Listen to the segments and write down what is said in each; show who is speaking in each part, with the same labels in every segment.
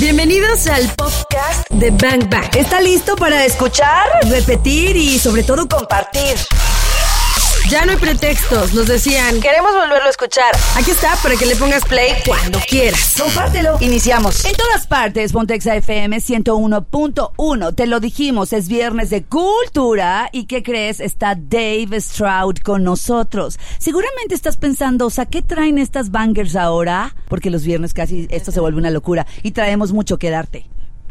Speaker 1: Bienvenidos al podcast de Bang Bang. ¿Está listo para escuchar, repetir y sobre todo compartir? Ya no hay pretextos, nos decían. Queremos volverlo a escuchar. Aquí está para que le pongas play cuando quieras. Compártelo. Iniciamos.
Speaker 2: En todas partes, Pontexa FM 101.1. Te lo dijimos, es viernes de cultura. ¿Y qué crees? Está Dave Stroud con nosotros. Seguramente estás pensando, o sea, ¿qué traen estas bangers ahora? Porque los viernes casi esto se vuelve una locura. Y traemos mucho que darte.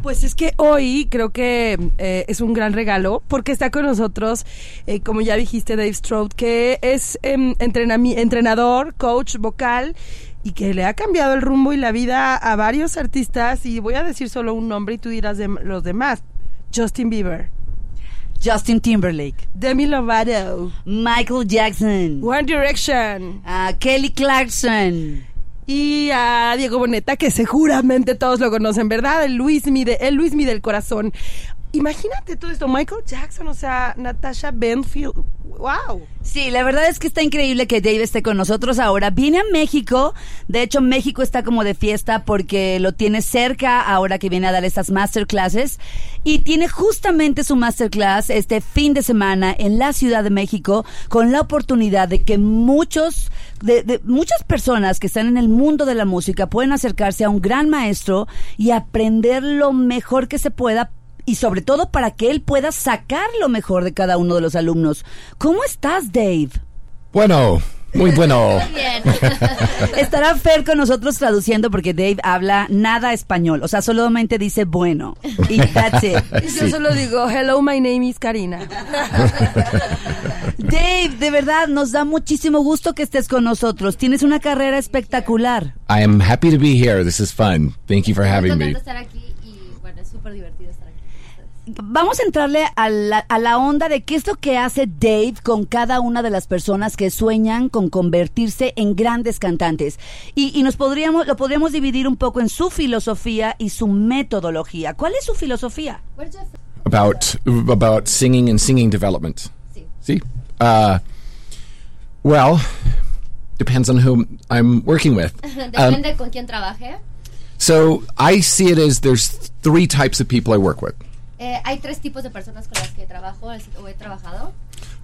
Speaker 3: Pues es que hoy creo que eh, es un gran regalo porque está con nosotros, eh, como ya dijiste, Dave Stroud, que es em, entrenami- entrenador, coach vocal y que le ha cambiado el rumbo y la vida a varios artistas. Y voy a decir solo un nombre y tú dirás de los demás: Justin Bieber,
Speaker 2: Justin Timberlake,
Speaker 3: Demi Lovato,
Speaker 2: Michael Jackson,
Speaker 3: One Direction
Speaker 2: ah, Kelly Clarkson.
Speaker 3: y a Diego Boneta, que seguramente todos lo conocen, ¿verdad? El Luismi, de, el Luismi del corazón. Imagínate todo esto, Michael Jackson, o sea, Natasha Benfield, wow.
Speaker 2: Sí, la verdad es que está increíble que Dave esté con nosotros ahora. Viene a México. De hecho, México está como de fiesta porque lo tiene cerca ahora que viene a dar estas masterclasses. Y tiene justamente su masterclass este fin de semana en la Ciudad de México con la oportunidad de que muchos, de, de muchas personas que están en el mundo de la música pueden acercarse a un gran maestro y aprender lo mejor que se pueda y sobre todo para que él pueda sacar lo mejor de cada uno de los alumnos. ¿Cómo estás, Dave?
Speaker 4: Bueno, muy bueno.
Speaker 2: Estará Fer con nosotros traduciendo porque Dave habla nada español, o sea, solamente dice bueno. Y that's it.
Speaker 3: Y Yo solo digo, hello, my name is Karina.
Speaker 2: Dave, de verdad, nos da muchísimo gusto que estés con nosotros. Tienes una carrera espectacular.
Speaker 4: I am happy to be here. This is fun. Thank you for having
Speaker 5: Estoy
Speaker 4: me.
Speaker 5: contenta de estar aquí y bueno, es súper divertido estar aquí.
Speaker 2: Vamos a entrarle a la, a la onda de qué es lo que hace Dave con cada una de las personas que sueñan con convertirse en grandes cantantes. Y, y nos podríamos, lo podríamos dividir un poco en su filosofía y su metodología. ¿Cuál es su filosofía?
Speaker 5: Where's your
Speaker 4: About about singing and singing development.
Speaker 5: Sí.
Speaker 4: See? Uh, well, depends on whom I'm working with. Um, Ah.
Speaker 5: Depende con quién trabaje.
Speaker 4: So I see it as there's three types of people I work with.
Speaker 5: Eh, hay tres tipos de personas con las que trabajo es- o he trabajado.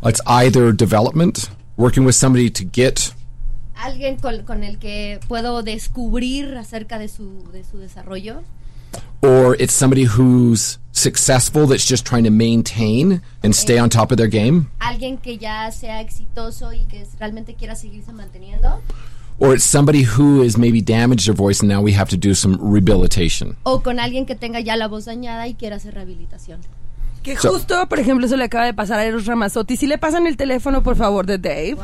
Speaker 4: It's either development, working with somebody to get
Speaker 5: Alguien con, con el que puedo descubrir acerca de su, de su desarrollo.
Speaker 4: or it's somebody who's successful that's just trying to maintain and stay on top of their game.
Speaker 5: Alguien que ya sea exitoso y que es- realmente quiera seguirse manteniendo.
Speaker 4: or it's somebody who has maybe damaged their voice and now we have to do some rehabilitation.
Speaker 5: O con alguien que tenga ya la voz dañada y quiera hacer rehabilitación.
Speaker 3: Que
Speaker 4: So-
Speaker 3: justo, por ejemplo, eso le acaba de pasar a Eros Ramazzotti. Si le pasan el teléfono, por favor, de Dave.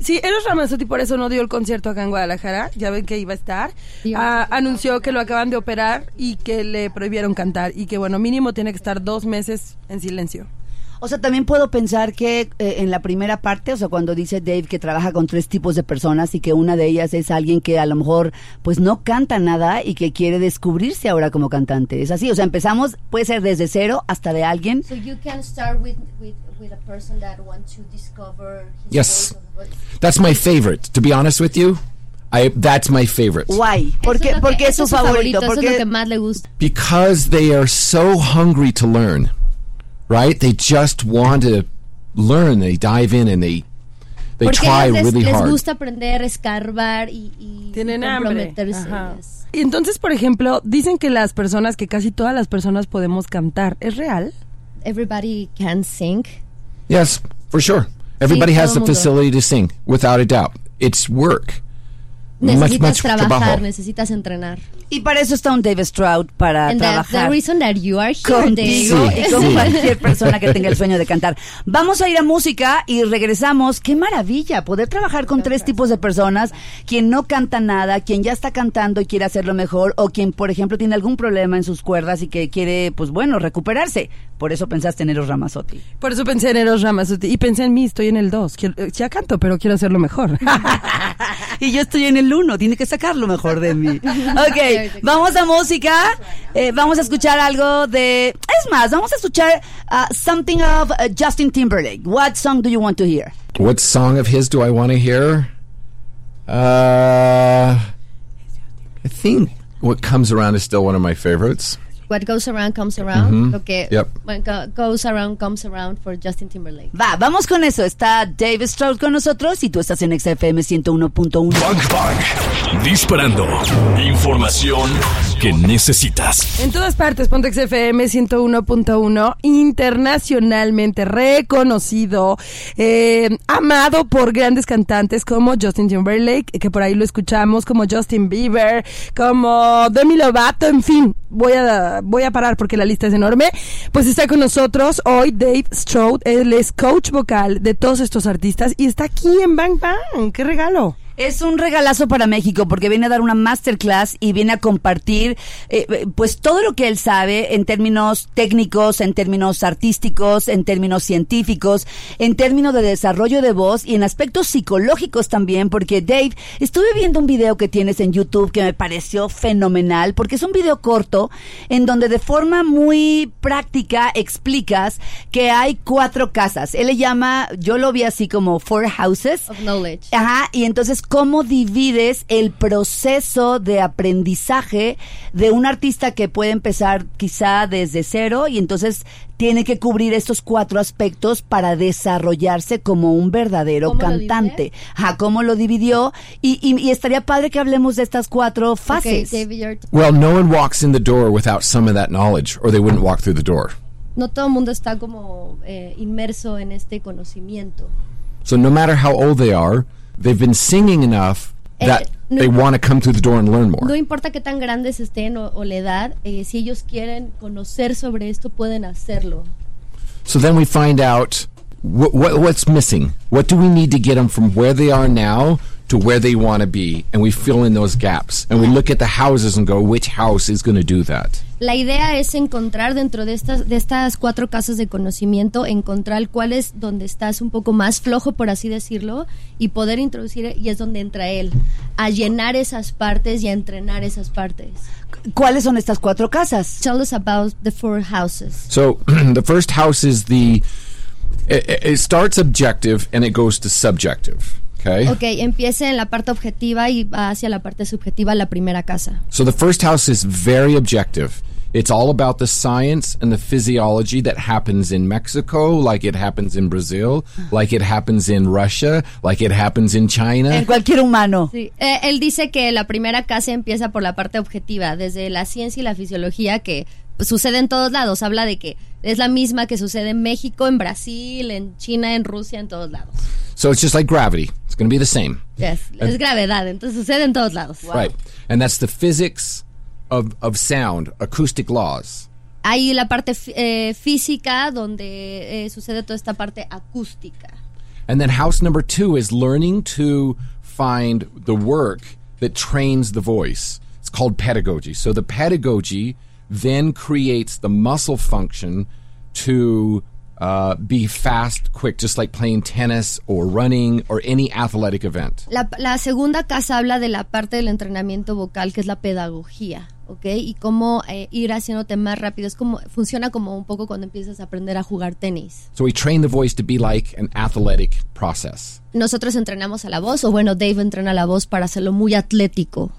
Speaker 3: Sí, Eros Ramazzotti por eso no dio el concierto acá en Guadalajara. Ya ven que iba a estar. Ah, anunció que lo acaban de operar y que le prohibieron cantar. Y que, bueno, mínimo tiene que estar dos meses en silencio.
Speaker 2: O sea, también puedo pensar que eh, en la primera parte, o sea, cuando dice Dave que trabaja con tres tipos de personas y que una de ellas es alguien que a lo mejor pues no canta nada y que quiere descubrirse ahora como cantante. Es así, o sea, empezamos, puede ser desde cero hasta de alguien.
Speaker 5: So you can start with, with, with a person that wants to discover his
Speaker 4: Yes.
Speaker 5: voice or her voice.
Speaker 4: That's my favorite, to be honest with you. I that's my favorite.
Speaker 2: Guay, porque,
Speaker 5: Eso lo que-
Speaker 2: porque es
Speaker 5: eso
Speaker 2: su favorito.
Speaker 5: eso es lo que
Speaker 2: porque
Speaker 5: más le gusta.
Speaker 4: Because they are so hungry to learn. Right? They just want to learn. They dive in and they they
Speaker 5: Porque
Speaker 4: try
Speaker 5: a ellos les,
Speaker 4: really
Speaker 5: les
Speaker 4: hard.
Speaker 5: gusta aprender, escarbar y, y
Speaker 3: Tienen
Speaker 5: y
Speaker 3: hambre.
Speaker 5: comprometerse.
Speaker 3: Ajá.
Speaker 5: Yes.
Speaker 3: Y entonces, por ejemplo, dicen que las personas, que casi todas las personas podemos cantar. ¿Es real?
Speaker 5: Everybody can sing.
Speaker 4: Yes, for sure. Everybody
Speaker 5: todo
Speaker 4: has the
Speaker 5: mundo.
Speaker 4: facility to sing, without a doubt. It's work.
Speaker 5: Necesitas trabajar,
Speaker 4: trabajo.
Speaker 5: necesitas entrenar.
Speaker 2: y para eso está un Dave Stroud, para
Speaker 5: And that- the
Speaker 2: trabajar.
Speaker 5: reason that you are here
Speaker 2: contigo
Speaker 5: Dave,
Speaker 2: y
Speaker 5: is-
Speaker 2: con
Speaker 4: Sí.
Speaker 2: cualquier persona que tenga el sueño de cantar. Vamos a ir a música y regresamos. Qué maravilla poder trabajar con tres tipos de personas, quien no canta nada, quien ya está cantando y quiere hacerlo mejor o quien, por ejemplo, tiene algún problema en sus cuerdas y que quiere, pues bueno, recuperarse. Por eso pensaste en Eros Ramazzotti.
Speaker 3: Por eso pensé en Eros Ramazzotti. Y pensé en mí, estoy en el 2. Ya canto, pero quiero hacerlo mejor.
Speaker 2: Y yo estoy en el uno, tiene que sacar lo mejor de mí. Ok, vamos a música. Eh, vamos a escuchar algo de... Es más, vamos a escuchar uh, something of uh, Justin Timberlake. What song do you want to hear?
Speaker 4: What song of his do I want to hear? Uh, I think What comes around is still one of my favorites.
Speaker 5: What goes around comes around. Lo que
Speaker 4: Mm-hmm. Yep.
Speaker 5: what go- goes around comes around for Justin Timberlake.
Speaker 2: Va, vamos con eso. Está Dave Stroud con nosotros y tú estás en XFM 101.1.
Speaker 6: Bang Bang. Disparando información que necesitas.
Speaker 3: En todas partes, Pontex FM 101.1, internacionalmente reconocido, eh, amado por grandes cantantes como Justin Timberlake, que por ahí lo escuchamos, como Justin Bieber, como Demi Lovato, en fin, voy a, voy a parar porque la lista es enorme. Pues está con nosotros hoy Dave Stroud, él es coach vocal de todos estos artistas y está aquí en Bang Bang, qué regalo.
Speaker 2: Es un regalazo para México porque viene a dar una masterclass y viene a compartir eh, eh, pues todo lo que él sabe en términos técnicos, en términos artísticos, en términos científicos, en términos de desarrollo de voz y en aspectos psicológicos también porque Dave, estuve viendo un video que tienes en YouTube que me pareció fenomenal porque es un video corto en donde de forma muy práctica explicas que hay cuatro casas. Él le llama, yo lo vi así como four houses.
Speaker 5: Of knowledge.
Speaker 2: Ajá, y entonces, ¿cómo divides el proceso de aprendizaje de un artista que puede empezar quizá desde cero y entonces tiene que cubrir estos cuatro aspectos para desarrollarse como un verdadero
Speaker 5: ¿Cómo lo
Speaker 2: cantante? Ajá, ¿cómo lo dividió? Y, y- y estaría padre que hablemos de estas cuatro
Speaker 5: Okay,
Speaker 2: fases.
Speaker 5: David, you're-
Speaker 4: Well, no one walks in the door without some of that knowledge, or they wouldn't walk through the door.
Speaker 5: no todo el mundo está como eh, inmerso en este conocimiento.
Speaker 4: So no matter how old they are, they've been singing enough
Speaker 5: Eh,
Speaker 4: that
Speaker 5: no
Speaker 4: they
Speaker 5: importa.
Speaker 4: want to come through the door and learn
Speaker 5: No
Speaker 4: more.
Speaker 5: importa qué tan grandes estén o, o la edad, eh, si ellos quieren conocer sobre esto, pueden hacerlo.
Speaker 4: So then we find out wh- wh- what's missing. What do we need to get them from where they are now to where they want to be? And we fill in those gaps. And we look at the houses and go, which house is going to do that?
Speaker 5: La idea es encontrar dentro de estas, de estas cuatro casas de conocimiento, encontrar cuál es donde estás un poco más flojo, por así decirlo, y poder introducir, y es donde entra él, a llenar esas partes y a entrenar esas partes.
Speaker 2: ¿Cuáles son estas cuatro casas?
Speaker 5: Tell us about the four houses.
Speaker 4: So the first house is the. It, it- it starts objective and it goes to subjective. Okay.
Speaker 5: Ok, empiece en la parte objetiva y va hacia la parte subjetiva, la primera casa.
Speaker 4: So the first house is very objective. It's all about the science and the physiology that happens in Mexico, like it happens in Brazil, like it happens in Russia, like it happens in
Speaker 2: En
Speaker 4: China.
Speaker 2: cualquier humano.
Speaker 5: Sí, eh, él dice que la primera casa empieza por la parte objetiva, desde la ciencia y la fisiología que pues, sucede en todos lados. Habla de que es la misma que sucede en México, en Brasil, en China, en Rusia, en todos lados.
Speaker 4: So it's just like gravity. It's going to be the same.
Speaker 5: Es, es gravedad, entonces sucede en todos lados.
Speaker 4: Right. And that's the physics of, of sound, acoustic laws.
Speaker 5: Hay la parte fi- eh, física donde eh, sucede toda esta parte acústica.
Speaker 4: And then house number two is learning to find the work that trains the voice. It's called pedagogy. So the pedagogy then creates the muscle function to uh, be fast, quick, just like playing tennis or running or any athletic event.
Speaker 5: La, la segunda casa habla de la parte del entrenamiento vocal, que es la pedagogía, ¿ok? Y cómo eh, ir haciéndote más rápido. Es como, funciona como un poco cuando empiezas a aprender a jugar tenis.
Speaker 4: So we train the voice to be like an athletic process.
Speaker 5: nosotros entrenamos a la voz, o bueno, Dave entrena la voz para hacerlo muy atlético.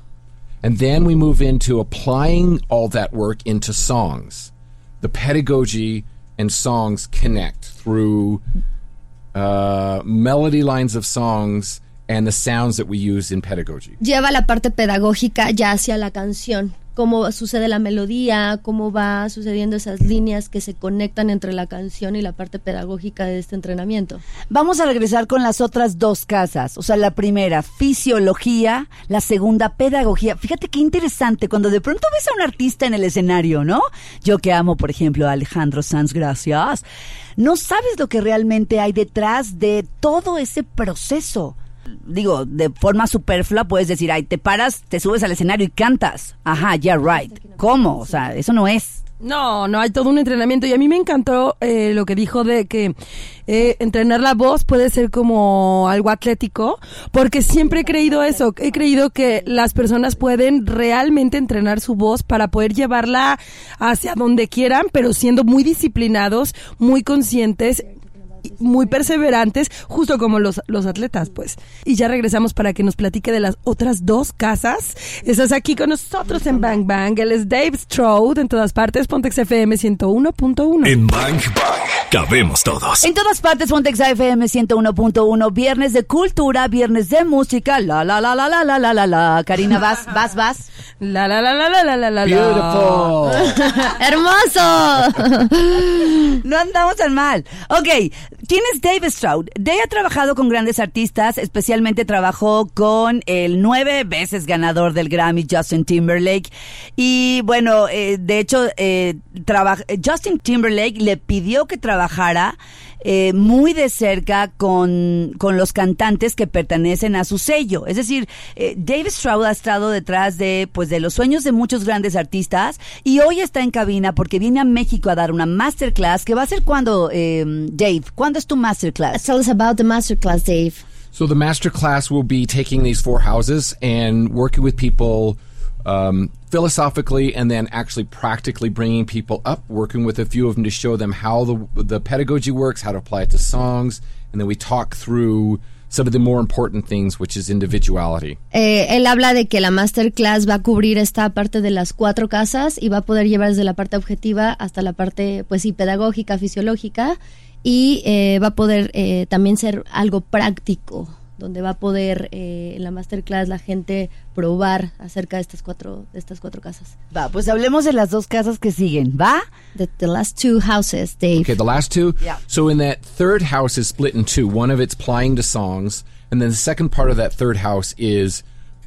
Speaker 4: And then we move into applying all that work into songs. The pedagogy and songs connect through uh, melody lines of songs and the sounds that we use in pedagogy.
Speaker 5: Lleva la parte pedagógica ya hacia la canción, cómo sucede la melodía, cómo va sucediendo esas líneas que se conectan entre la canción y la parte pedagógica de este entrenamiento.
Speaker 2: Vamos a regresar con las otras dos casas. O sea, la primera, fisiología, la segunda, pedagogía. Fíjate qué interesante cuando de pronto ves a un artista en el escenario, ¿no? Yo que amo, por ejemplo, a Alejandro Sanz, gracias. No sabes lo que realmente hay detrás de todo ese proceso. Digo, de forma superflua puedes decir, ay, te paras, te subes al escenario y cantas. Ajá, yeah, right. ¿Cómo? O sea, eso no es.
Speaker 3: No, no, hay todo un entrenamiento. Y a mí me encantó eh, lo que dijo de que eh, entrenar la voz puede ser como algo atlético, porque siempre he creído eso. He creído que las personas pueden realmente entrenar su voz para poder llevarla hacia donde quieran, pero siendo muy disciplinados, muy conscientes y muy perseverantes, justo como los, los atletas, pues. Y ya regresamos para que nos platique de las otras dos casas. Estás aquí con nosotros en Bang Bang. Él es Dave Strode en todas partes, Pontex FM 101.1.
Speaker 6: En Bang Bang cabemos todos.
Speaker 2: En todas partes, Pontex FM 101.1, viernes de cultura, viernes de música, la la la la la la la la la. Karina, vas, vas, vas.
Speaker 3: La la la la la la la la.
Speaker 4: Beautiful.
Speaker 5: ¡Hermoso!
Speaker 2: No andamos tan mal. Ok, ¿quién es Dave Stroud? Dave ha trabajado con grandes artistas, especialmente trabajó con el nueve veces ganador del Grammy, Justin Timberlake. Y bueno, eh, de hecho, eh, traba- eh, Justin Timberlake le pidió que trabajara eh, muy de cerca con, con los cantantes que pertenecen a su sello. Es decir, eh, Dave Stroud ha estado detrás de, pues, de los sueños de muchos grandes artistas y hoy está en cabina porque viene a México a dar una masterclass que va a ser cuando, eh, Dave, ¿cuándo es tu masterclass?
Speaker 5: Tell us about the masterclass, Dave.
Speaker 4: So the master class will be taking these four houses and working with people um, philosophically, and then actually practically bringing people up, working with a few of them to show them how the the pedagogy works, how to apply it to songs, and then we talk through some of the more important things, which is individuality.
Speaker 5: Eh, él habla de que la masterclass va a cubrir esta parte de las cuatro casas y va a poder llevar desde la parte objetiva hasta la parte, pues sí, pedagógica, fisiológica y eh, va a poder eh, también ser algo práctico, donde va a poder eh, en la masterclass la gente probar acerca de estas cuatro, de estas cuatro casas.
Speaker 2: Va, pues hablemos de las dos casas que siguen, ¿va?
Speaker 5: The, the last two houses, Dave.
Speaker 4: Okay, the last two.
Speaker 2: Yeah.
Speaker 4: So in that third house is split in two. One of it's plying to songs, and then the second part of that third house is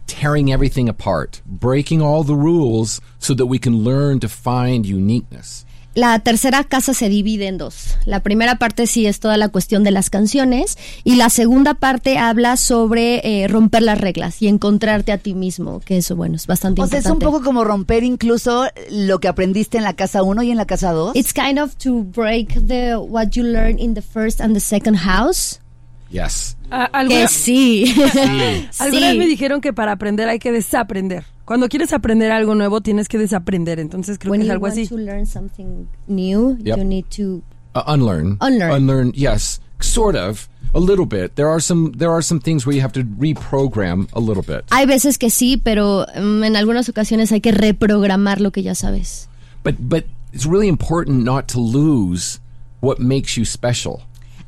Speaker 4: tearing everything apart, breaking all the rules so that we can learn to find uniqueness.
Speaker 5: La tercera casa se divide en dos. La primera parte sí es toda la cuestión de las canciones y la segunda parte habla sobre eh, romper las reglas y encontrarte a ti mismo, que eso, bueno, es bastante
Speaker 2: O sea, es un
Speaker 5: importante.
Speaker 2: poco como romper incluso lo que aprendiste en la casa 1 y en la casa 2.
Speaker 5: It's kind of to break the what you learn in the first and the second house.
Speaker 4: Yes.
Speaker 3: A- alguna-
Speaker 5: Que sí.
Speaker 3: Alguna vez me
Speaker 5: sí.
Speaker 3: dijeron que para aprender hay que desaprender. Cuando quieres aprender algo nuevo, tienes que desaprender. Entonces creo
Speaker 5: When
Speaker 3: que es
Speaker 5: you
Speaker 3: algo
Speaker 5: want
Speaker 3: así.
Speaker 5: to learn something new,
Speaker 4: Yep.
Speaker 5: you need to
Speaker 4: Uh, unlearn.
Speaker 5: Unlearn.
Speaker 4: Unlearn. Yes, sort of. A little bit. There are some. There are some things where you have to reprogram a little bit.
Speaker 5: Hay veces que sí, pero mm, en algunas ocasiones hay que reprogramar lo que ya sabes.
Speaker 4: But but it's really important not to lose what makes you special.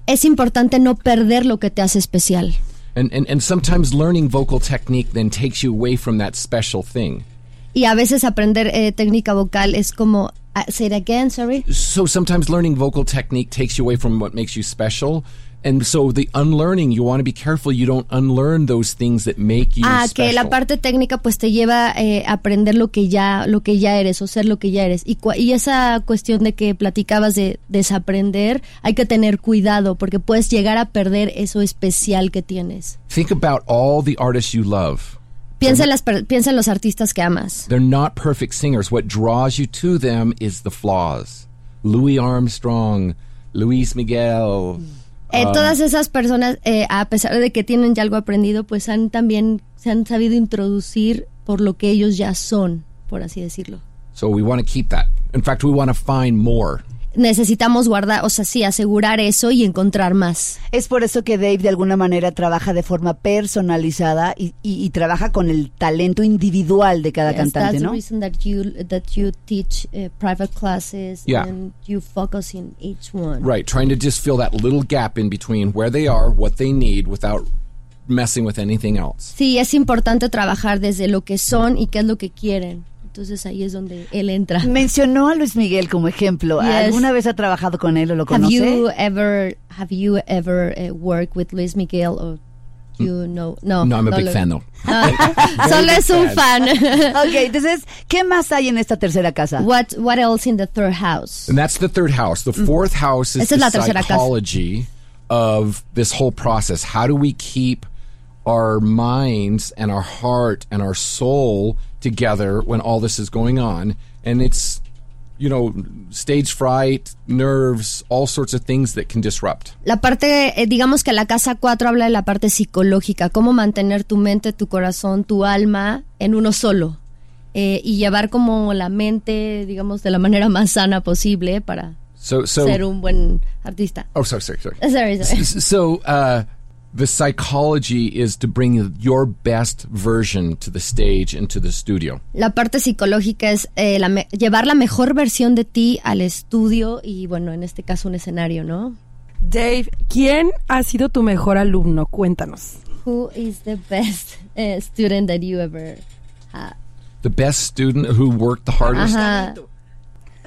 Speaker 5: Es importante no perder lo que te hace especial.
Speaker 4: And, and, and sometimes learning vocal technique then takes you away from that special thing.
Speaker 5: Y a veces aprender eh, técnica vocal es como ah, say it again, sorry.
Speaker 4: So sometimes learning vocal technique takes you away from what makes you special. And so the unlearning, you want to be careful you don't unlearn those things that make you
Speaker 5: Ah,
Speaker 4: special.
Speaker 5: que la parte técnica pues te lleva eh, a aprender lo que ya lo que ya eres o ser lo que ya eres. Y, cua- y esa cuestión de que platicabas de desaprender, hay que tener cuidado porque puedes llegar a perder eso especial que tienes.
Speaker 4: Think about all the artists you love.
Speaker 5: Piensa en, las per- piensa en los artistas que amas.
Speaker 4: They're not perfect singers. What draws you to them is the flaws. Louis Armstrong, Luis Miguel.
Speaker 5: Eh, todas esas personas, eh, a pesar de que tienen ya algo aprendido, pues han también se han sabido introducir por lo que ellos ya son, por así decirlo.
Speaker 4: So we want to keep that. In fact, we want to find more.
Speaker 5: necesitamos guardar, o sea, sí, asegurar eso y encontrar más.
Speaker 2: Es por eso que Dave de alguna manera trabaja de forma personalizada y, y- y trabaja con el talento individual de cada
Speaker 5: Yes,
Speaker 2: cantante,
Speaker 5: that's
Speaker 2: ¿no?
Speaker 5: the reason that you that you teach eh, private classes
Speaker 4: Yeah.
Speaker 5: and you focus in each one.
Speaker 4: Right, trying to just fill that little gap in between where they are, what they need, without messing with anything else.
Speaker 5: Sí, es importante trabajar desde lo que son y qué es lo que quieren. Entonces ahí es donde él entra.
Speaker 2: Mencionó a Luis Miguel como ejemplo.
Speaker 5: Yes.
Speaker 2: ¿Alguna vez ha trabajado con él o lo
Speaker 5: Have
Speaker 2: conoce?
Speaker 5: you ever have you ever eh, worked with Luis Miguel or you know no
Speaker 4: Mm. No, I'm a
Speaker 5: no
Speaker 4: big
Speaker 5: lo- Ah.
Speaker 4: fan though.
Speaker 5: Solo es un fan.
Speaker 2: Ok, entonces, ¿qué más hay en esta tercera casa?
Speaker 5: what what else in the third house?
Speaker 4: And that's the third house. The fourth house is
Speaker 5: Mm. Esa es
Speaker 4: the
Speaker 5: la tercera casa.
Speaker 4: psychology of this whole process. How do we keep our minds and our heart and our soul together when all this is going on? And it's, you know, stage fright, nerves, all sorts of things that can disrupt.
Speaker 5: La parte, eh, digamos que la casa 4 habla de la parte psicológica, cómo mantener tu mente, tu corazón, tu alma en uno solo eh, y llevar como la mente, digamos, de la manera más sana posible para
Speaker 4: So, so
Speaker 5: ser un buen artista.
Speaker 4: oh, sorry, sorry, sorry.
Speaker 5: Sorry, sorry.
Speaker 4: S- So uh, the psychology is to bring your best version to the stage and to the studio.
Speaker 5: La parte psicológica es eh, la me- llevar la mejor versión de ti al estudio y, bueno, en este caso un escenario, ¿no?
Speaker 3: Dave, ¿quién ha sido tu mejor alumno? Cuéntanos.
Speaker 5: Who is the best eh, student that you ever had?
Speaker 4: The best student who worked the hardest.
Speaker 5: Ajá.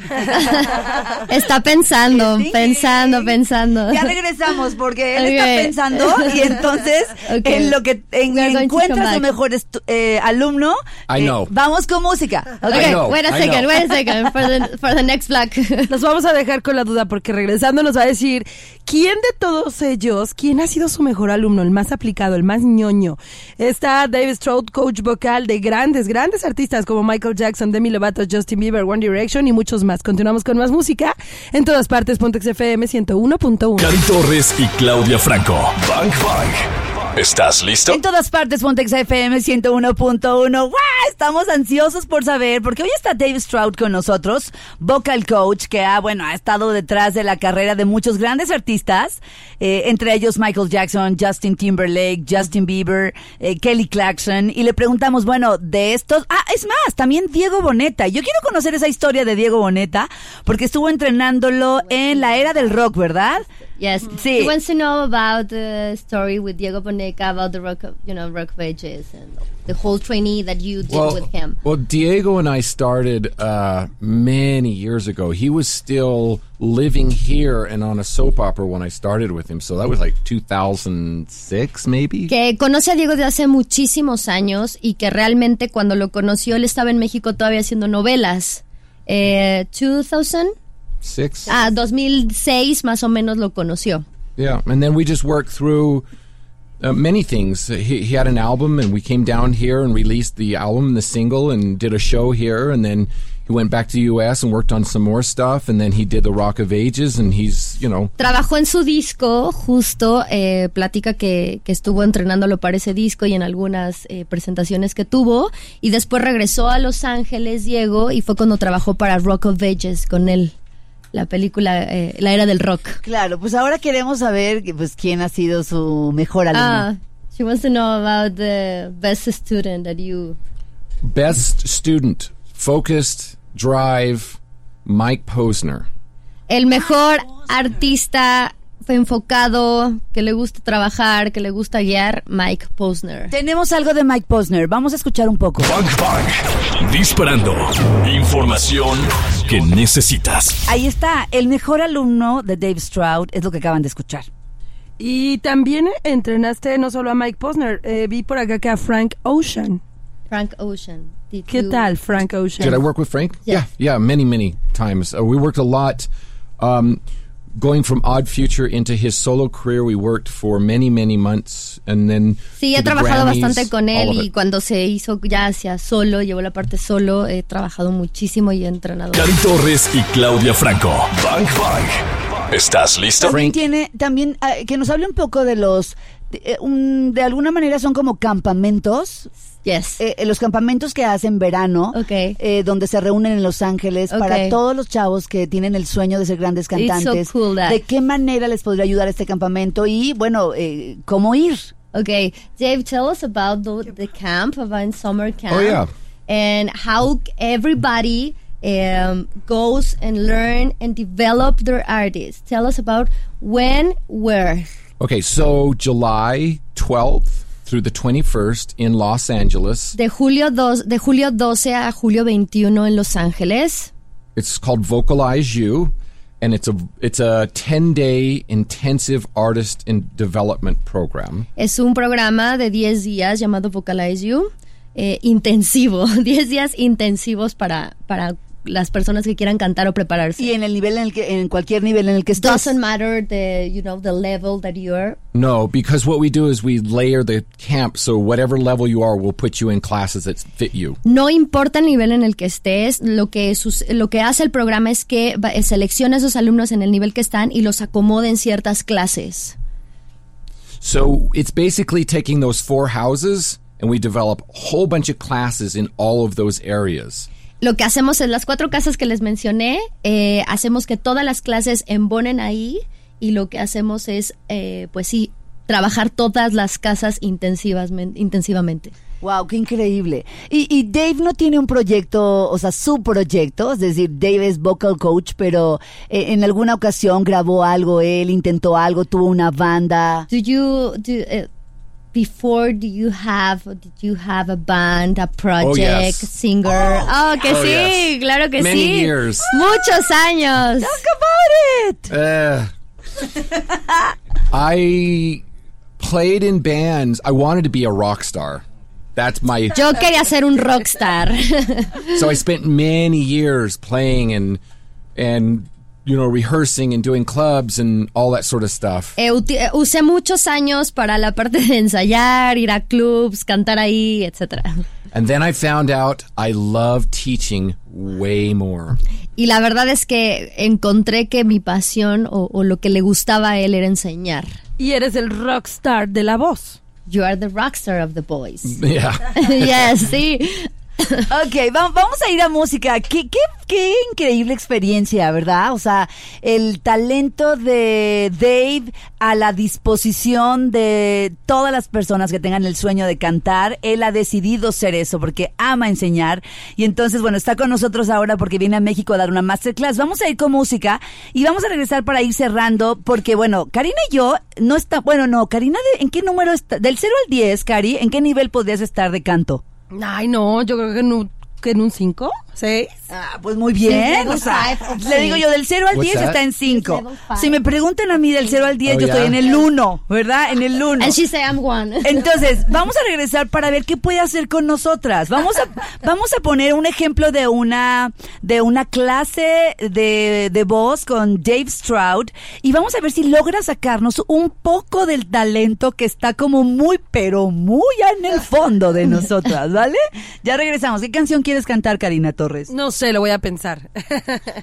Speaker 5: Está pensando, pensando, pensando.
Speaker 2: Ya regresamos porque él está
Speaker 5: Ok.
Speaker 2: pensando y entonces
Speaker 5: Ok.
Speaker 2: en lo que en,
Speaker 5: We're going to
Speaker 2: encuentra
Speaker 5: come
Speaker 2: su
Speaker 5: back.
Speaker 2: mejor estu- eh, alumno.
Speaker 4: I
Speaker 2: eh,
Speaker 4: know.
Speaker 2: vamos con música.
Speaker 5: Ok,
Speaker 4: I know,
Speaker 5: wait a
Speaker 4: I
Speaker 5: second,
Speaker 4: know.
Speaker 5: wait a second, for the, for the next block.
Speaker 3: Nos vamos a dejar con la duda porque regresando nos va a decir quién de todos ellos, quién ha sido su mejor alumno, el más aplicado, el más ñoño. Está Dave Stroud, coach vocal de grandes, grandes artistas como Michael Jackson, Demi Lovato, Justin Bieber, One Direction y muchos más. Continuamos con más música en todas partes. Pontex FM 101.1.
Speaker 6: Cari Torres y Claudia Franco. Bang Bang. ¿Estás listo?
Speaker 2: En todas partes, Pontex FM 101.1. ¡Guau! Estamos ansiosos por saber, porque hoy está Dave Stroud con nosotros, vocal coach, que ha, bueno, ha estado detrás de la carrera de muchos grandes artistas, eh, entre ellos Michael Jackson, Justin Timberlake, Justin Bieber, eh, Kelly Clarkson, y le preguntamos, bueno, de estos, ah, es más, también Diego Boneta. Yo quiero conocer esa historia de Diego Boneta, porque estuvo entrenándolo en la era del rock, ¿verdad?
Speaker 5: Yes.
Speaker 2: Sí.
Speaker 5: He wants to know about the story with Diego Boneca about the rock, you know, rock pages and the whole trainee that you did
Speaker 4: Well,
Speaker 5: with him.
Speaker 4: well, Diego and I started uh, many years ago. He was still living here and on a soap opera when I started with him. So that was like 2006, maybe.
Speaker 5: Que conoce a Diego de hace muchísimos años y que realmente cuando lo conoció él estaba en México todavía haciendo novelas. Eh, 2000,
Speaker 4: Six.
Speaker 5: ah, 2006 más o menos lo conoció.
Speaker 4: Yeah, and then we just worked through uh, many things. He, he had an album, and we came down here and released the album, the single, and did a show here. And then he went back to the U.S. and worked on some more stuff. And then he did the Rock of Ages, and he's you know
Speaker 5: Trabajó en su disco, justo eh, platica que, que estuvo entrenándolo para ese disco y en algunas eh, presentaciones que tuvo. Y después regresó a Los Ángeles, Diego, y fue cuando trabajó para Rock of Ages con él, la película eh, La Era del Rock.
Speaker 2: Claro, pues ahora queremos saber que, pues quién ha sido su mejor alumno.
Speaker 5: Ah, she wants to know about the best student that you
Speaker 4: best student, focused, drive, Mike Posner.
Speaker 5: El mejor artista enfocado, que le gusta trabajar, que le gusta guiar, Mike Posner.
Speaker 2: Tenemos algo de Mike Posner, vamos a escuchar un poco.
Speaker 6: Bang Bang. Disparando. Información que necesitas.
Speaker 2: Ahí está, el mejor alumno de Dave Stroud es lo que acaban de escuchar.
Speaker 3: Y también entrenaste no solo a Mike Posner, eh, vi por acá que a Frank Ocean.
Speaker 5: Frank Ocean. Did
Speaker 3: ¿Qué
Speaker 5: you-
Speaker 3: tal, Frank Ocean?
Speaker 4: Did I work with Frank?
Speaker 5: Yeah.
Speaker 4: Yeah, yeah, many, many times. Uh, we worked a lot. Um, going from Odd Future into his solo career, we worked for many, many months, and then
Speaker 5: Sí,
Speaker 4: to the
Speaker 5: he trabajado
Speaker 4: Grammys,
Speaker 5: bastante con
Speaker 4: all
Speaker 5: él
Speaker 4: of
Speaker 5: y
Speaker 4: it.
Speaker 5: cuando se hizo ya hacia solo, llevó la parte solo, he trabajado muchísimo y he entrenado.
Speaker 6: Cari Torres y Claudia Franco. Bang Bang. ¿Estás listo?
Speaker 2: También tiene, también, ah, que nos hable un poco de los, de, eh, un- de alguna manera son como campamentos,
Speaker 5: Yes.
Speaker 2: eh, eh, los campamentos que hacen verano,
Speaker 5: Ok.
Speaker 2: eh, donde se reúnen en Los Ángeles
Speaker 5: Ok.
Speaker 2: para todos los chavos que tienen el sueño de ser grandes cantantes.
Speaker 5: cool that.
Speaker 2: ¿De qué manera les podría ayudar este campamento y, bueno, eh, cómo ir?
Speaker 5: Okay, Dave, tell us about the, the camp, about summer camp.
Speaker 4: Oh, yeah.
Speaker 5: And how everybody um, goes and learn and develop their artists. Tell us about when, where.
Speaker 4: Okay, so July 12th through the 21st in Los Angeles.
Speaker 5: De julio, dos, de julio 12 a julio 21 en Los Ángeles.
Speaker 4: It's called Vocalize You and it's a it's a 10-day intensive artist and development program.
Speaker 5: Es un programa de 10 días llamado Vocalize You. eh, intensivo. 10 días intensivos para, para las personas que quieran cantar o prepararse.
Speaker 2: Y en el nivel en el que, en cualquier nivel en el que estás.
Speaker 5: Doesn't matter the, you know, the level that you're
Speaker 4: No, because what we do is we layer the camp so whatever level you are, we'll put you in classes that fit you.
Speaker 5: No importa el nivel en el que estés, lo que, sus- lo que hace el programa es que va- eh, selecciona a esos alumnos en el nivel que están y los acomoda en ciertas clases.
Speaker 4: So it's basically taking those four houses and we develop a whole bunch of classes in all of those areas.
Speaker 5: lo que hacemos en las cuatro casas que les mencioné, eh, hacemos que todas las clases embonen ahí y lo que hacemos es, eh, pues sí, trabajar todas las casas intensivamente. intensivamente.
Speaker 2: Wow, qué increíble. Y, y Dave no tiene un proyecto, o sea, su proyecto, es decir, Dave es vocal coach, pero eh, en alguna ocasión grabó algo, él intentó algo, tuvo una banda.
Speaker 5: Do you do uh, before do you have did you have a band, a project,
Speaker 4: Oh, yes.
Speaker 5: singer? Oh, que
Speaker 4: Oh,
Speaker 5: sí,
Speaker 4: yes.
Speaker 5: claro que
Speaker 4: Many
Speaker 5: sí.
Speaker 4: years.
Speaker 5: Muchos años.
Speaker 4: Eh. I played in bands. I wanted to be a rock star. That's my
Speaker 5: Yo quería ser un rockstar.
Speaker 4: so I spent many years playing and and you know rehearsing and doing clubs and all that sort of stuff.
Speaker 5: Eh, uti- eh, usé muchos años para la parte de ensayar, ir a clubs, cantar ahí, etcétera.
Speaker 4: And then I found out I love teaching way more.
Speaker 5: Y la verdad es que encontré que mi pasión o, o lo que le gustaba a él era enseñar.
Speaker 3: Y eres el rockstar de la voz.
Speaker 5: You are the rockstar of the boys.
Speaker 4: Yeah.
Speaker 5: yes, sí.
Speaker 2: Ok, va- vamos a ir a música. Qué, qué, qué increíble experiencia, ¿verdad? O sea, el talento de Dave a la disposición de todas las personas que tengan el sueño de cantar. Él ha decidido ser eso porque ama enseñar. Y entonces, bueno, está con nosotros ahora porque viene a México a dar una masterclass. Vamos a ir con música y vamos a regresar para ir cerrando porque, bueno, Karina y yo no está, bueno, no, Karina, de- ¿en qué número está? Del 0 al 10, Cari, ¿en qué nivel podrías estar de canto?
Speaker 3: Ay, no, yo creo que en un, que en un cinco, seis.
Speaker 2: Ah, pues muy bien.
Speaker 5: level
Speaker 2: o sea,
Speaker 5: five, okay.
Speaker 2: le digo yo, del 0 al
Speaker 4: What's
Speaker 2: 10
Speaker 4: that?
Speaker 2: está en 5.
Speaker 5: level five.
Speaker 2: Si me preguntan a mí del 0 al 10,
Speaker 4: Oh,
Speaker 2: yo
Speaker 4: yeah.
Speaker 2: estoy en el 1, ¿verdad? En el 1.
Speaker 5: And she said I'm one.
Speaker 2: Entonces, vamos a regresar para ver qué puede hacer con nosotras. Vamos a, vamos a poner un ejemplo de una, de una clase de, de voz con Dave Stroud y vamos a ver si logra sacarnos un poco del talento que está como muy, pero muy en el fondo de nosotras, ¿vale? Ya regresamos. ¿Qué canción quieres cantar, Karina Torres?
Speaker 3: No sé, lo voy a pensar.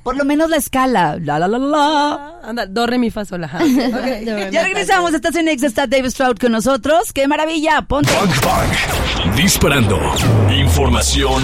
Speaker 2: Por lo menos la escala. La, la, la, la.
Speaker 3: Anda, do, re, mi, fa, sol, ajá.
Speaker 2: Ya regresamos. Estás en Exa. Está Dave Stroud con nosotros. ¡Qué maravilla! Ponte.
Speaker 6: Bang Bang. Disparando. Información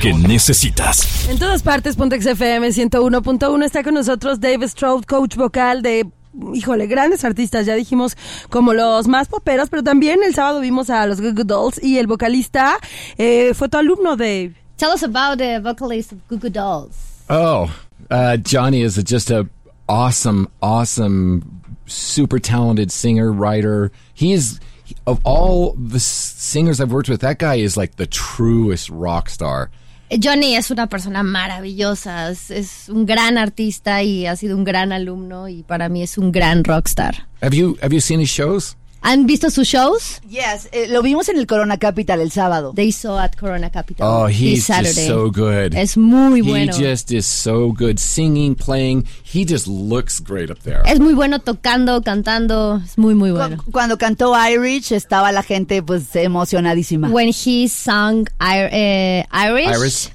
Speaker 6: que necesitas.
Speaker 3: En todas partes, Pontex FM 101.1 está con nosotros Dave Stroud, coach vocal de, híjole, grandes artistas, ya dijimos como los más poperos, pero también el sábado vimos a los Goo Goo Dolls y el vocalista eh, fue tu alumno, Dave.
Speaker 5: Tell us about the vocalist of Goo Goo Dolls.
Speaker 4: Oh, uh, Johnny is just a awesome, awesome, super talented singer writer. He's of all the s- singers I've worked with, that guy is like the truest rock star.
Speaker 5: Eh, Johnny es una persona maravillosa, es, es un gran artista y ha sido un gran alumno y para mí es un gran rockstar.
Speaker 4: Have you have you seen his shows?
Speaker 5: ¿Han visto sus shows?
Speaker 2: Yes. eh, lo vimos en el Corona Capital el sábado.
Speaker 5: They saw at Corona Capital.
Speaker 4: Oh, he's
Speaker 5: this Saturday.
Speaker 4: just so good.
Speaker 5: Es muy
Speaker 4: he
Speaker 5: bueno.
Speaker 4: just is so good singing, playing. He just looks great up there.
Speaker 5: Es muy bueno tocando, cantando, es muy muy bueno.
Speaker 2: Cu- Cuando cantó Irish estaba la gente pues emocionadísima.
Speaker 5: When he sung Ir- eh, Irish,
Speaker 4: Iris.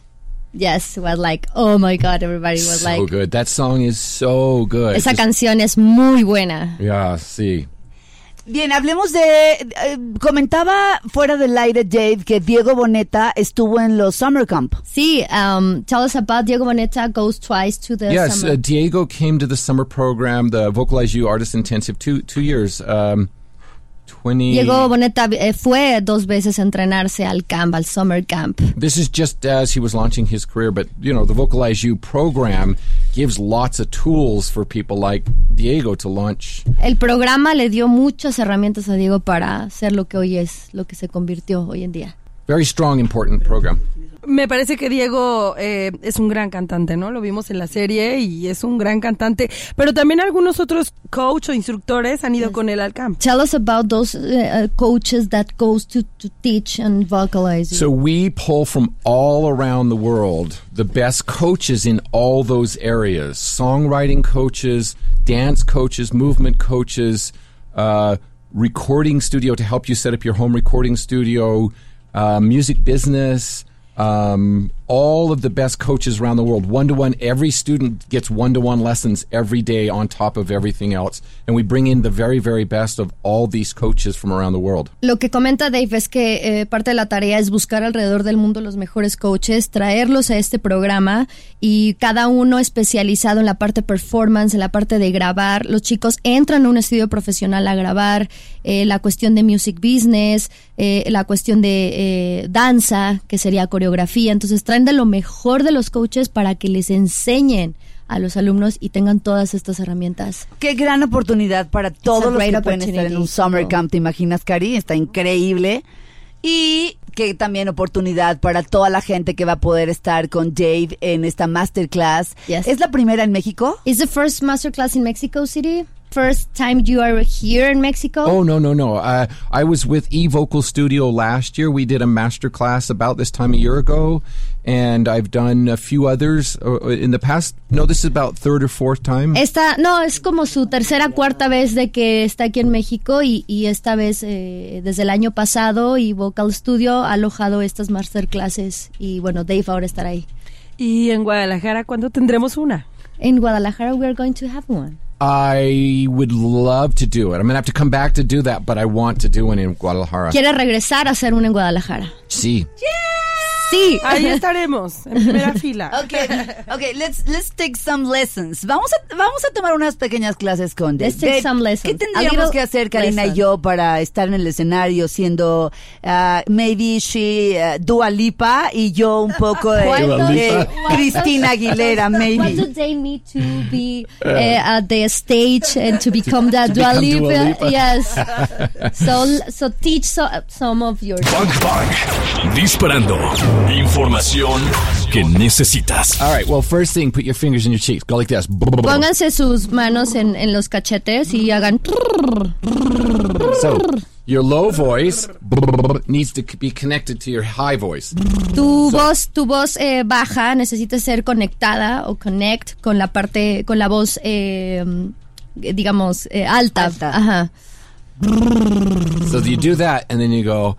Speaker 5: yes, was like, oh my god, everybody was
Speaker 4: so
Speaker 5: like,
Speaker 4: good. That song is so good.
Speaker 5: esa
Speaker 4: Just-
Speaker 5: canción es muy buena.
Speaker 4: yeah, see.
Speaker 2: Bien, hablemos de... eh, comentaba fuera del aire Dave que Diego Boneta estuvo en los Summer Camp.
Speaker 5: Sí, um, tell us about Diego Boneta goes twice to the
Speaker 4: yes,
Speaker 5: summer.
Speaker 4: Uh, Diego came to the summer program, the Vocalize You Artist Intensive, two two years. Um, 20.
Speaker 5: Diego Boneta eh, fue dos veces a entrenarse al camp, al summer camp.
Speaker 4: This is just as he was launching his career, but you know the Vocalize You program gives lots of tools for people like Diego to launch.
Speaker 5: El programa le dio muchas herramientas a Diego para ser lo que hoy es, lo que se convirtió hoy en día.
Speaker 4: Very strong, important program.
Speaker 3: Me parece que Diego eh, es un gran cantante, ¿no? Lo vimos en la serie y es un gran cantante, pero también algunos otros coach o instructores han ido con él al campo.
Speaker 5: Tell us about those uh, uh, coaches that goes to, to teach and vocalize.
Speaker 4: So we pull from all around the world the best coaches in all those areas: songwriting coaches, dance coaches, movement coaches, uh, recording studio to help you set up your home recording studio, uh, music business, um, all of the best coaches around the world, one to one. Every student gets one to one lessons every day on top of everything else. And we bring in the very, very best of all these coaches from around the world.
Speaker 5: Lo que comenta Dave es que eh, parte de la tarea es buscar alrededor del mundo los mejores coaches, traerlos a este programa y cada uno especializado en la parte performance, en la parte de grabar. Los chicos entran a un estudio profesional a grabar, eh, la cuestión de music business, eh, la cuestión de eh, danza, que sería coreografía. Entonces traen de lo mejor de los coaches para que les enseñen a los alumnos y tengan todas estas herramientas.
Speaker 2: Qué gran oportunidad para todos los que pueden estar en un summer camp, ¿te imaginas, Cari? Está increíble. Y qué también oportunidad para toda la gente que va a poder estar con Dave en esta masterclass.
Speaker 5: Yes.
Speaker 2: ¿Es la primera en México?
Speaker 5: Is the first masterclass in Mexico City? First time you are here in Mexico?
Speaker 4: Oh no no no! Uh, I was with E Vocal Studio last year. We did a master class about this time a year ago, and I've done a few others uh, in the past. No, this is about third or fourth time.
Speaker 5: Esta, no, es como su tercera, cuarta vez de que está aquí en México y, y esta vez eh, desde el año pasado y Vocal Studio ha alojado estas masterclasses y bueno, Dave ahora estará ahí.
Speaker 3: ¿Y en Guadalajara cuándo tendremos una?
Speaker 5: En Guadalajara we are going to have one.
Speaker 4: I would love to do it. I'm gonna have to come back to do that, but I want to do one in Guadalajara.
Speaker 5: Quiere regresar a hacer una en Guadalajara.
Speaker 4: Sí.
Speaker 5: Sí.
Speaker 3: Ahí estaremos, en primera fila.
Speaker 2: Okay, okay, let's let's take some lessons. Vamos a vamos a tomar unas pequeñas clases con
Speaker 5: Let's
Speaker 2: Dave.
Speaker 5: take some lessons.
Speaker 2: ¿Qué
Speaker 5: A
Speaker 2: tendríamos
Speaker 5: little
Speaker 2: que hacer Karina
Speaker 5: lesson.
Speaker 2: y yo para estar en el escenario siendo ah, maybe she uh, Dua Lipa y yo un poco de,
Speaker 5: Why
Speaker 4: Dua
Speaker 5: does-
Speaker 4: Lipa.
Speaker 2: de
Speaker 5: why
Speaker 2: Cristina
Speaker 5: does-
Speaker 2: Aguilera
Speaker 5: What do
Speaker 2: maybe.
Speaker 5: they need to be eh, at the stage and to become the
Speaker 4: become Dua
Speaker 5: Dua Lipa?
Speaker 4: Lipa.
Speaker 5: Yes. so so teach so- some of your
Speaker 6: Bang Bang. Disparando. Información que necesitas.
Speaker 4: All right. Well, first thing, put your fingers in your cheeks. Go like this.
Speaker 5: Pónganse sus manos en, en los cachetes y hagan
Speaker 4: So your low voice needs to be connected to your high voice.
Speaker 5: tu voz, tu voz eh, baja necesita ser conectada o connect con la parte, con la voz, eh, digamos eh, alta.
Speaker 2: Alta.
Speaker 5: Ajá.
Speaker 4: So you do that, and then you go.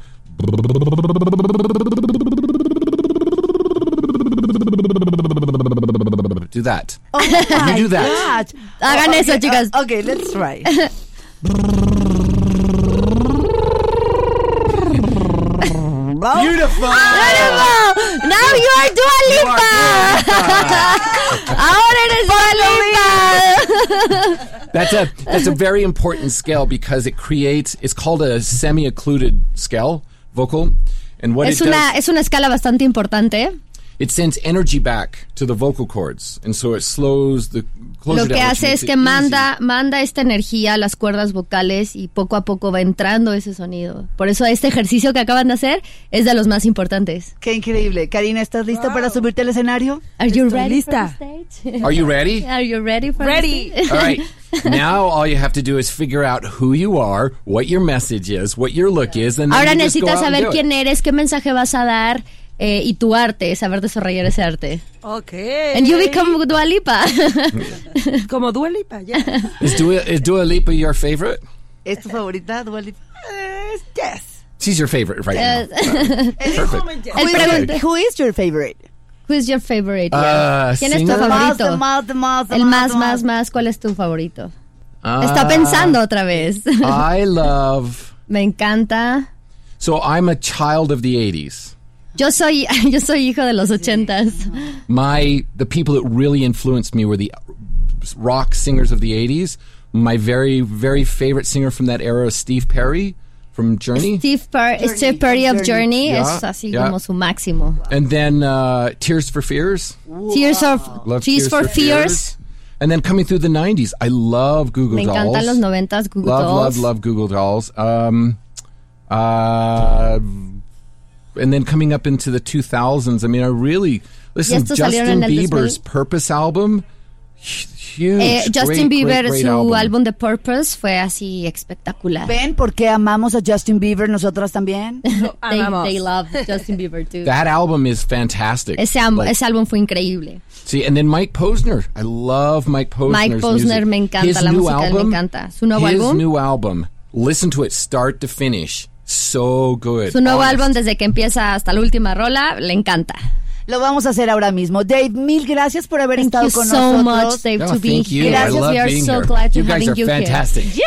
Speaker 4: Do that.
Speaker 5: Oh
Speaker 4: you do that. Oh,
Speaker 5: Hagan eso,
Speaker 2: Okay,
Speaker 5: chicas.
Speaker 2: uh, okay, let's try.
Speaker 4: Beautiful.
Speaker 5: ¡Bravo! Now you are Dua Lipa. Ahora eres Dua Lipa.
Speaker 4: That's a that's a very important scale because it creates. It's called a semi-occluded scale vocal, and what
Speaker 5: Es
Speaker 4: it
Speaker 5: una,
Speaker 4: does,
Speaker 5: es una escala bastante importante.
Speaker 4: it sends energy back to the vocal cords, and so it slows the closure
Speaker 5: Lo que
Speaker 4: down, which
Speaker 5: hace
Speaker 4: makes
Speaker 5: es que
Speaker 4: it easy.
Speaker 5: manda, manda esta energía a las cuerdas vocales y poco a poco va entrando ese sonido. Por eso este ejercicio que acaban de hacer es de los más importantes.
Speaker 2: Qué increíble. Karina, ¿estás lista para subirte al escenario?
Speaker 5: Are you
Speaker 3: Estoy
Speaker 5: ready
Speaker 3: lista.
Speaker 5: for the stage?
Speaker 4: Are you ready?
Speaker 5: Are you ready for the
Speaker 3: Ready.
Speaker 5: stage?
Speaker 4: All right. Now all you have to do is figure out who you are, what your message is, what your look is, and then
Speaker 5: Ahora
Speaker 4: you just go
Speaker 5: necesitas
Speaker 4: out and
Speaker 5: saber
Speaker 4: do it.
Speaker 5: quién eres, qué mensaje vas a dar eh, y tu arte, saber desarrollar ese arte.
Speaker 3: Ok.
Speaker 5: And you become Dua Lipa.
Speaker 3: Como Dua Lipa, ya.
Speaker 4: Is Dua, is Dua Lipa your favorite?
Speaker 2: ¿Es tu favorita, Dua Lipa?
Speaker 3: Eh, yes.
Speaker 4: She's your favorite right now. Perfect.
Speaker 5: Él pregunta,
Speaker 2: Who is your favorite?
Speaker 5: who is your favorite?
Speaker 4: Ah,
Speaker 5: ¿Quién es tu
Speaker 4: singer?
Speaker 5: favorito?
Speaker 2: Más, más, más,
Speaker 5: El más, más, más, ¿cuál es tu favorito? Está
Speaker 4: Ah.
Speaker 5: pensando otra vez.
Speaker 4: Uh, I love.
Speaker 5: Me encanta.
Speaker 4: So I'm a child of the '80s.
Speaker 5: Yo soy, yo soy hijo de los ochentas.
Speaker 4: My the people that really influenced me were the rock singers of the '80s. My very very favorite singer from that era is Steve Perry from Journey.
Speaker 5: Steve, Per- Steve Perry of Journey
Speaker 4: Ya,
Speaker 5: es así
Speaker 4: ya.
Speaker 5: como su máximo.
Speaker 4: And then uh, Tears for Fears.
Speaker 5: Tears of
Speaker 4: Love
Speaker 5: Tears for, Fears.
Speaker 4: And then coming through the 90s, I love Google
Speaker 5: Me
Speaker 4: Dolls.
Speaker 5: encantan los noventas, Google
Speaker 4: love, love,
Speaker 5: Dolls.
Speaker 4: love Google Dolls. Um, uh, and then coming up into the 2000s, I mean, I really. Listen,
Speaker 5: esto salieron
Speaker 4: Justin
Speaker 5: en el
Speaker 4: Bieber's
Speaker 5: 2000.
Speaker 4: Purpose album, hu- huge.
Speaker 5: Eh, Justin
Speaker 4: great,
Speaker 5: Bieber,
Speaker 4: great, great
Speaker 5: su
Speaker 4: album.
Speaker 5: álbum The Purpose fue así espectacular.
Speaker 2: ¿Ven por qué amamos a Justin Bieber nosotras también?
Speaker 5: They,
Speaker 3: Amamos.
Speaker 5: they love Justin Bieber too.
Speaker 4: That album is fantastic.
Speaker 5: Ese, am-
Speaker 4: Like,
Speaker 5: ese álbum fue increíble.
Speaker 4: see, and then Mike Posner. I love Mike Posner.
Speaker 5: Mike Posner me encanta,
Speaker 4: His
Speaker 5: la
Speaker 4: new
Speaker 5: música de él me
Speaker 4: album,
Speaker 5: encanta. Su nuevo
Speaker 4: his
Speaker 5: álbum.
Speaker 4: new album. Listen to it start to finish. So good.
Speaker 5: Su nuevo
Speaker 4: Honest.
Speaker 5: álbum, desde que empieza hasta la última rola, le encanta.
Speaker 2: Lo vamos a hacer ahora mismo. Dave, mil gracias por haber
Speaker 5: Thank
Speaker 2: estado
Speaker 5: you
Speaker 2: con
Speaker 5: so
Speaker 2: nosotros.
Speaker 5: much, Dave,
Speaker 4: No,
Speaker 5: to be
Speaker 4: thank you.
Speaker 5: here.
Speaker 4: I love
Speaker 5: we are
Speaker 4: being
Speaker 5: so
Speaker 4: here.
Speaker 5: glad to
Speaker 4: you guys
Speaker 5: having
Speaker 4: are
Speaker 5: you
Speaker 4: fantastic.
Speaker 5: here.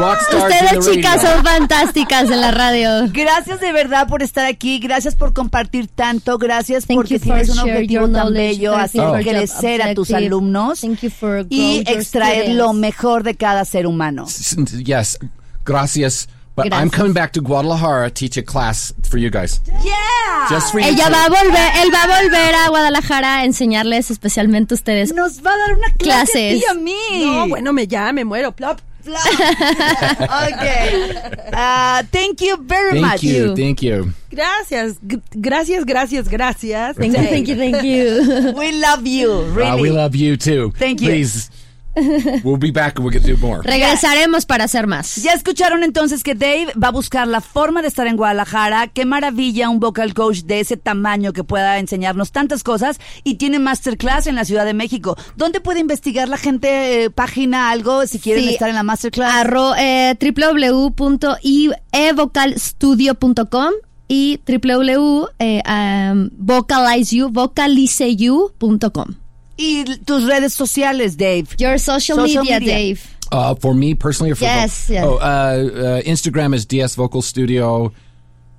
Speaker 4: Rock stars in
Speaker 5: Ustedes
Speaker 4: the radio.
Speaker 5: chicas son fantásticas en la radio.
Speaker 2: Gracias de verdad por estar aquí, gracias por compartir tanto, gracias
Speaker 5: Thank
Speaker 2: porque
Speaker 5: you for
Speaker 2: tienes un
Speaker 5: share
Speaker 2: objetivo
Speaker 5: your
Speaker 2: tan
Speaker 5: knowledge.
Speaker 2: bello,
Speaker 5: Thank
Speaker 2: hacer
Speaker 5: you for your
Speaker 2: crecer a tus
Speaker 5: objective.
Speaker 2: alumnos
Speaker 5: Thank you for
Speaker 2: y
Speaker 5: grow your
Speaker 2: extraer lo
Speaker 5: students.
Speaker 2: mejor de cada ser humano.
Speaker 4: S- s- Yes, gracias. But I'm
Speaker 5: Gracias.
Speaker 4: coming back to Guadalajara to teach a class for you guys.
Speaker 2: Yeah.
Speaker 4: Just for you.
Speaker 5: Ella
Speaker 4: two.
Speaker 5: va a volver, él va a volver a Guadalajara a enseñarles especialmente a ustedes.
Speaker 2: Nos va a dar una clase a ti
Speaker 5: Clases.
Speaker 2: y a mí.
Speaker 3: No, bueno, me ya, me muero. Plop.
Speaker 2: okay. Uh, thank you very
Speaker 4: Thank
Speaker 2: much.
Speaker 4: you, thank you.
Speaker 3: Gracias, gr- gracias, gracias, gracias.
Speaker 5: Thank you, thank you, thank you.
Speaker 2: We love you,
Speaker 4: Uh,
Speaker 2: really.
Speaker 4: we love you too.
Speaker 2: Thank you.
Speaker 4: Please, we'll be back and we can do more.
Speaker 5: Regresaremos para hacer más.
Speaker 2: Ya escucharon entonces que Dave va a buscar la forma de estar en Guadalajara. Qué maravilla un vocal coach de ese tamaño que pueda enseñarnos tantas cosas. Y tiene masterclass en la Ciudad de México. ¿Dónde puede investigar la gente eh, página algo si quieren
Speaker 5: Sí.
Speaker 2: estar en la masterclass?
Speaker 5: Arro, eh, e www.evocalstudio.com y eh, um, www.vocalizeyou.com.
Speaker 2: y tus redes sociales, Dave.
Speaker 5: Your social,
Speaker 2: Social
Speaker 5: media,
Speaker 2: media.
Speaker 5: Dave.
Speaker 4: Uh, for me personally, or for
Speaker 5: Yes,
Speaker 4: the-
Speaker 5: yes.
Speaker 4: Oh, uh, uh, Instagram is DS Vocal Studio,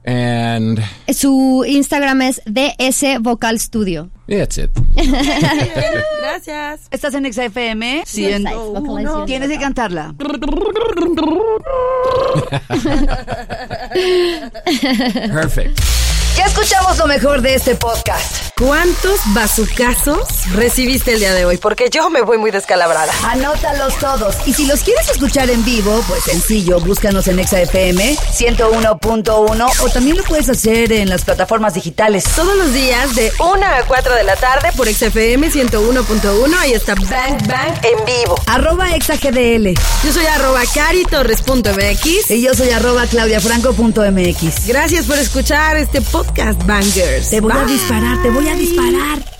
Speaker 4: and
Speaker 5: Su Instagram es DS Vocal Studio.
Speaker 4: that's it.
Speaker 3: Gracias.
Speaker 2: ¿Estás en XFM? Sí. en-
Speaker 5: Sites, Vocalize You.
Speaker 2: Tienes que cantarla.
Speaker 4: Perfect.
Speaker 1: Ya escuchamos lo mejor de este podcast. ¿Cuántos bazucazos recibiste el día de hoy? Porque yo me voy muy descalabrada.
Speaker 2: Anótalos todos. Y si los quieres escuchar en vivo, pues sencillo, búscanos en XFM 101.1 o también lo puedes hacer en las plataformas digitales.
Speaker 1: Todos los días de 1 a 4 de la tarde por XFM 101.1. Ahí está Bang Bang en vivo.
Speaker 2: Arroba exagdl.
Speaker 1: Yo soy arroba caritorres.mx.
Speaker 2: Y yo soy arroba claudiafranco.mx.
Speaker 1: Gracias por escuchar este podcast, Bangers.
Speaker 2: Te voy a
Speaker 1: Bye.
Speaker 2: disparar, te voy a disparar.